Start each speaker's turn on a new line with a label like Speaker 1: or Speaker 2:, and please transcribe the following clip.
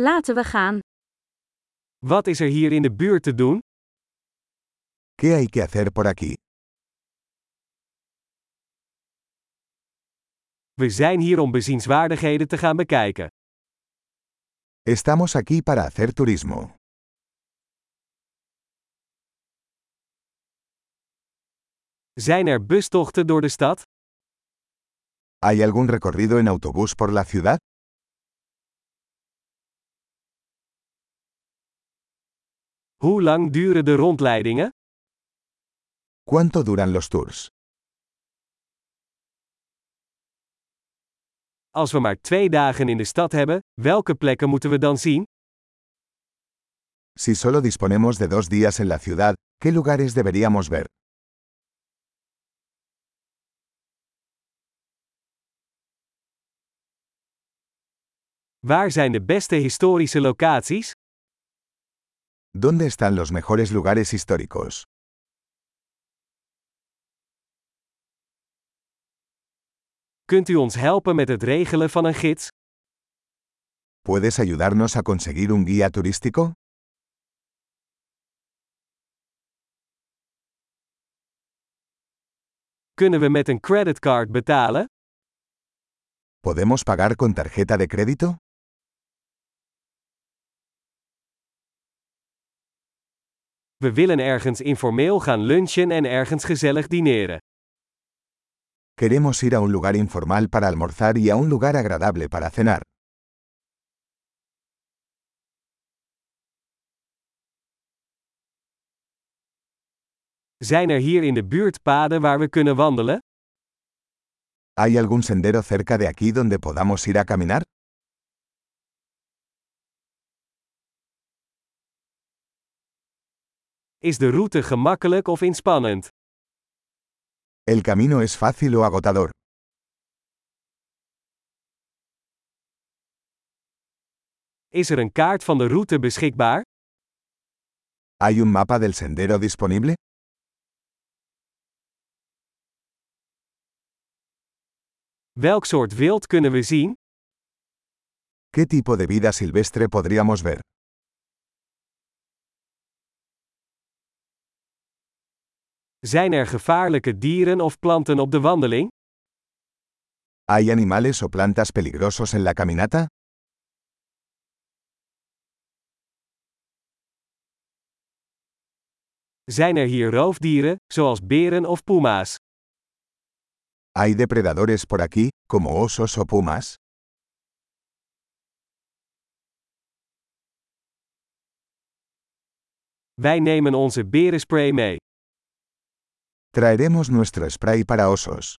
Speaker 1: Laten we gaan.
Speaker 2: Wat is er hier in de buurt te doen?
Speaker 3: ¿Qué hay que hacer por aquí?
Speaker 2: We zijn hier om bezienswaardigheden te gaan bekijken.
Speaker 3: Estamos aquí para hacer turismo.
Speaker 2: Zijn er bustochten door de stad?
Speaker 3: ¿Hay algún recorrido en autobús por la ciudad?
Speaker 2: Hoe lang duren de rondleidingen?
Speaker 3: ¿Cuánto duran los tours?
Speaker 2: Als we maar twee dagen in de stad hebben, welke plekken moeten we dan zien?
Speaker 3: Si solo disponemos de dos días en la ciudad, ¿qué lugares deberíamos ver?
Speaker 2: Waar zijn de beste historische locaties?
Speaker 3: ¿Dónde están los mejores lugares históricos?
Speaker 2: Kunt u ons helpen met het regelen van een gids?
Speaker 3: ¿Puedes ayudarnos a conseguir un guía turístico?
Speaker 2: Kunnen we met een creditcard betalen?
Speaker 3: ¿Podemos pagar con tarjeta de crédito?
Speaker 2: We willen ergens informeel gaan lunchen en ergens gezellig dineren.
Speaker 3: Queremos ir a un lugar informal para almorzar y a un lugar agradable para cenar.
Speaker 2: Zijn er hier in de buurt paden waar we kunnen wandelen?
Speaker 3: ¿Hay algún sendero cerca de aquí donde podamos ir a caminar?
Speaker 2: Is de route gemakkelijk of inspannend?
Speaker 3: ¿El camino es fácil o agotador?
Speaker 2: Is er een kaart van de route beschikbaar?
Speaker 3: ¿Hay un mapa del sendero disponible?
Speaker 2: Welk soort wild kunnen we zien?
Speaker 3: ¿Qué tipo de vida silvestre podríamos ver?
Speaker 2: Zijn er gevaarlijke dieren of planten op de wandeling?
Speaker 3: ¿Hay animales o plantas peligrosos en la caminata?
Speaker 2: Zijn er hier roofdieren, zoals beren of puma's?
Speaker 3: ¿Hay depredadores por aquí, como osos o pumas?
Speaker 2: Wij nemen onze berenspray mee.
Speaker 3: Traeremos nuestro spray para osos.